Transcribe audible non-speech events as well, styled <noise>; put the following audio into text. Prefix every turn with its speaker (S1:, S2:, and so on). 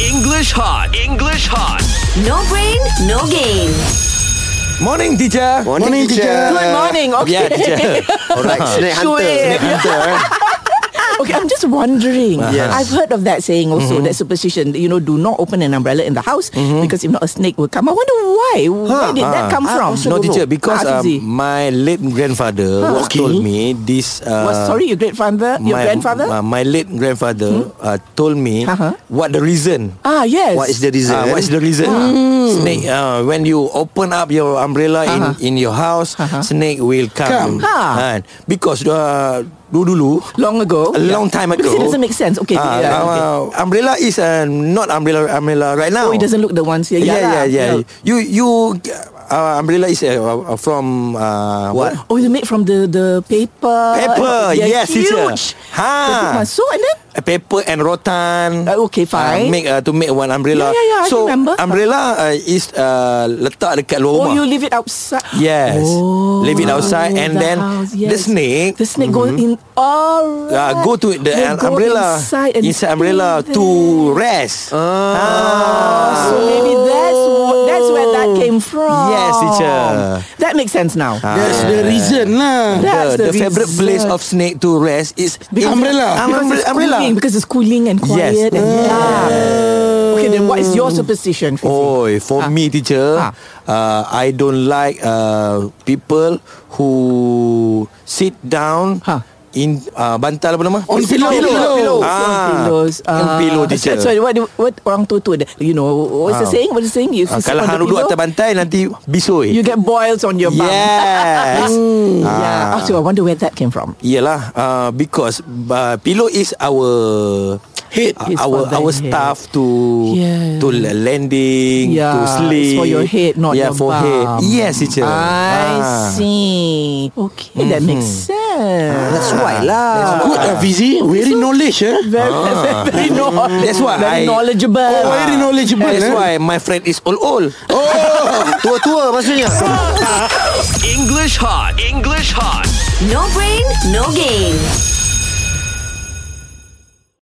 S1: English hot. English hot.
S2: No brain, no game.
S3: Morning teacher
S4: Morning, Morning, teacher. teacher.
S5: Good morning. Okay.
S3: Ya teacher
S5: <laughs>
S4: Alright,
S3: Uh-huh.
S4: snake hunter,
S5: Sure.
S4: snake hunter. Eh?
S5: <laughs> Okay, I'm just wondering.
S4: Yes.
S5: I've heard of that saying also,
S3: Mm-hmm.
S5: that superstition. You know, do not open an umbrella in the house because if not, a snake will come. I wonder why. Where did
S4: Ah.
S5: that come from?
S3: No teacher Because um,
S5: Ah, Fizi.
S3: my late grandfather
S5: Huh.
S3: was told me This uh,
S5: Was- sorry, your great father, your
S3: my,
S5: grandfather. Hmm?
S3: uh, My late grandfather uh, Told me
S5: Uh-huh.
S3: What the reason
S5: ah, yes. Hmm.
S4: What is the reason?
S3: Ah, what is the reason? Snake. Uh, when you open up your umbrella in in your house, snake will come.
S5: Uh-huh. Come.
S3: Ah,
S5: Ha.
S3: because uh, dulu dulu
S5: Long
S3: a
S5: ago.
S3: long time ago.
S5: Oh, ya. Because it doesn't make sense. Okay.
S3: ah,
S5: yeah,
S3: ah,
S5: okay.
S3: ah, umbrella is uh, not umbrella umbrella right now.
S5: Oh, it doesn't look the ones here.
S3: Yeah, yeah, yeah.
S5: lah.
S3: You you uh, umbrella is uh, uh, from uh, what?
S5: Oh, it's made from the the paper.
S3: Paper.
S5: Uh,
S3: Yes,
S5: They're huge.
S3: teacher. Ha.
S5: The big ones. So and then
S3: Uh, paper and rotan.
S5: Uh, okay, fine.
S3: Uh, make uh, to make one umbrella.
S5: Yeah, yeah, yeah, I
S3: so
S5: remember.
S3: umbrella uh, is uh, letak dekat luar
S5: oh,
S3: rumah.
S5: you leave it outside.
S3: Yes. Leave it outside and
S5: Oh, the
S3: then
S5: house,
S3: the
S5: yes.
S3: snake
S5: The snake goes in. All
S3: uh, go to the
S5: They
S3: an-
S5: go
S3: umbrella
S5: inside and
S3: inside umbrella
S5: stay
S3: to
S5: there.
S3: rest.
S5: Ah. So
S3: Ah.
S5: maybe that's wh- that's where that came from.
S3: Yes, teacher. Ah.
S5: That makes sense now.
S4: That's the reason lah.
S5: That's
S3: the, the,
S5: the
S3: favorite
S5: reason.
S3: place of snake to rest is
S4: Umbrella. Oh.
S3: Um,
S5: Because
S3: umbrella.
S5: it's cooling, because it's cooling and quiet
S3: Yes.
S5: and yeah. Okay, then what is your superstition? Fizi?
S3: Oh, for
S5: Ah.
S3: me, teacher,
S5: Ah.
S3: uh, I don't like uh, people who sit down
S5: Ha.
S3: in uh, bantal apa nama?
S4: On pillow.
S5: pillow.
S3: Ah.
S5: pillows. Ah,
S3: On pillow, teacher.
S5: So, so what, do- what orang tua tu, ada? you know, what's
S3: Ah.
S5: the saying? What's the saying? If
S3: Ah,
S5: you sit
S3: kalau
S5: on the
S3: hang duduk
S5: pillow,
S3: atas bantai nanti bisoi.
S5: you get boils on your bum. <laughs>
S3: Yes.
S5: Yeah.
S3: Ah.
S5: Oh, so I wonder where that came from.
S3: Iyalah uh, because uh, pillow is our uh,
S4: Head.
S5: It's
S3: our
S5: for the
S3: our
S5: head.
S3: staff to
S5: Yeah.
S3: to landing to
S5: Yeah, it's
S3: sleep
S5: for your head, not
S3: yeah,
S5: your
S3: for
S5: bum.
S3: head. Yes, teacher.
S5: I
S3: Ah. Mm-hmm.
S5: see. Okay, that makes sense.
S4: That's why lah. Good ah Fizi. Very knowledge eh.
S5: <laughs> Very, very, knowledge-
S3: That's why I-
S5: very
S3: Oh,
S5: knowledgeable.
S4: Very knowledgeable eh.
S3: That's
S4: Oh,
S3: why my friend is all old.
S4: Tua-tua maksudnya.
S3: <laughs>
S1: English hot. English hot.
S2: No brain, no game.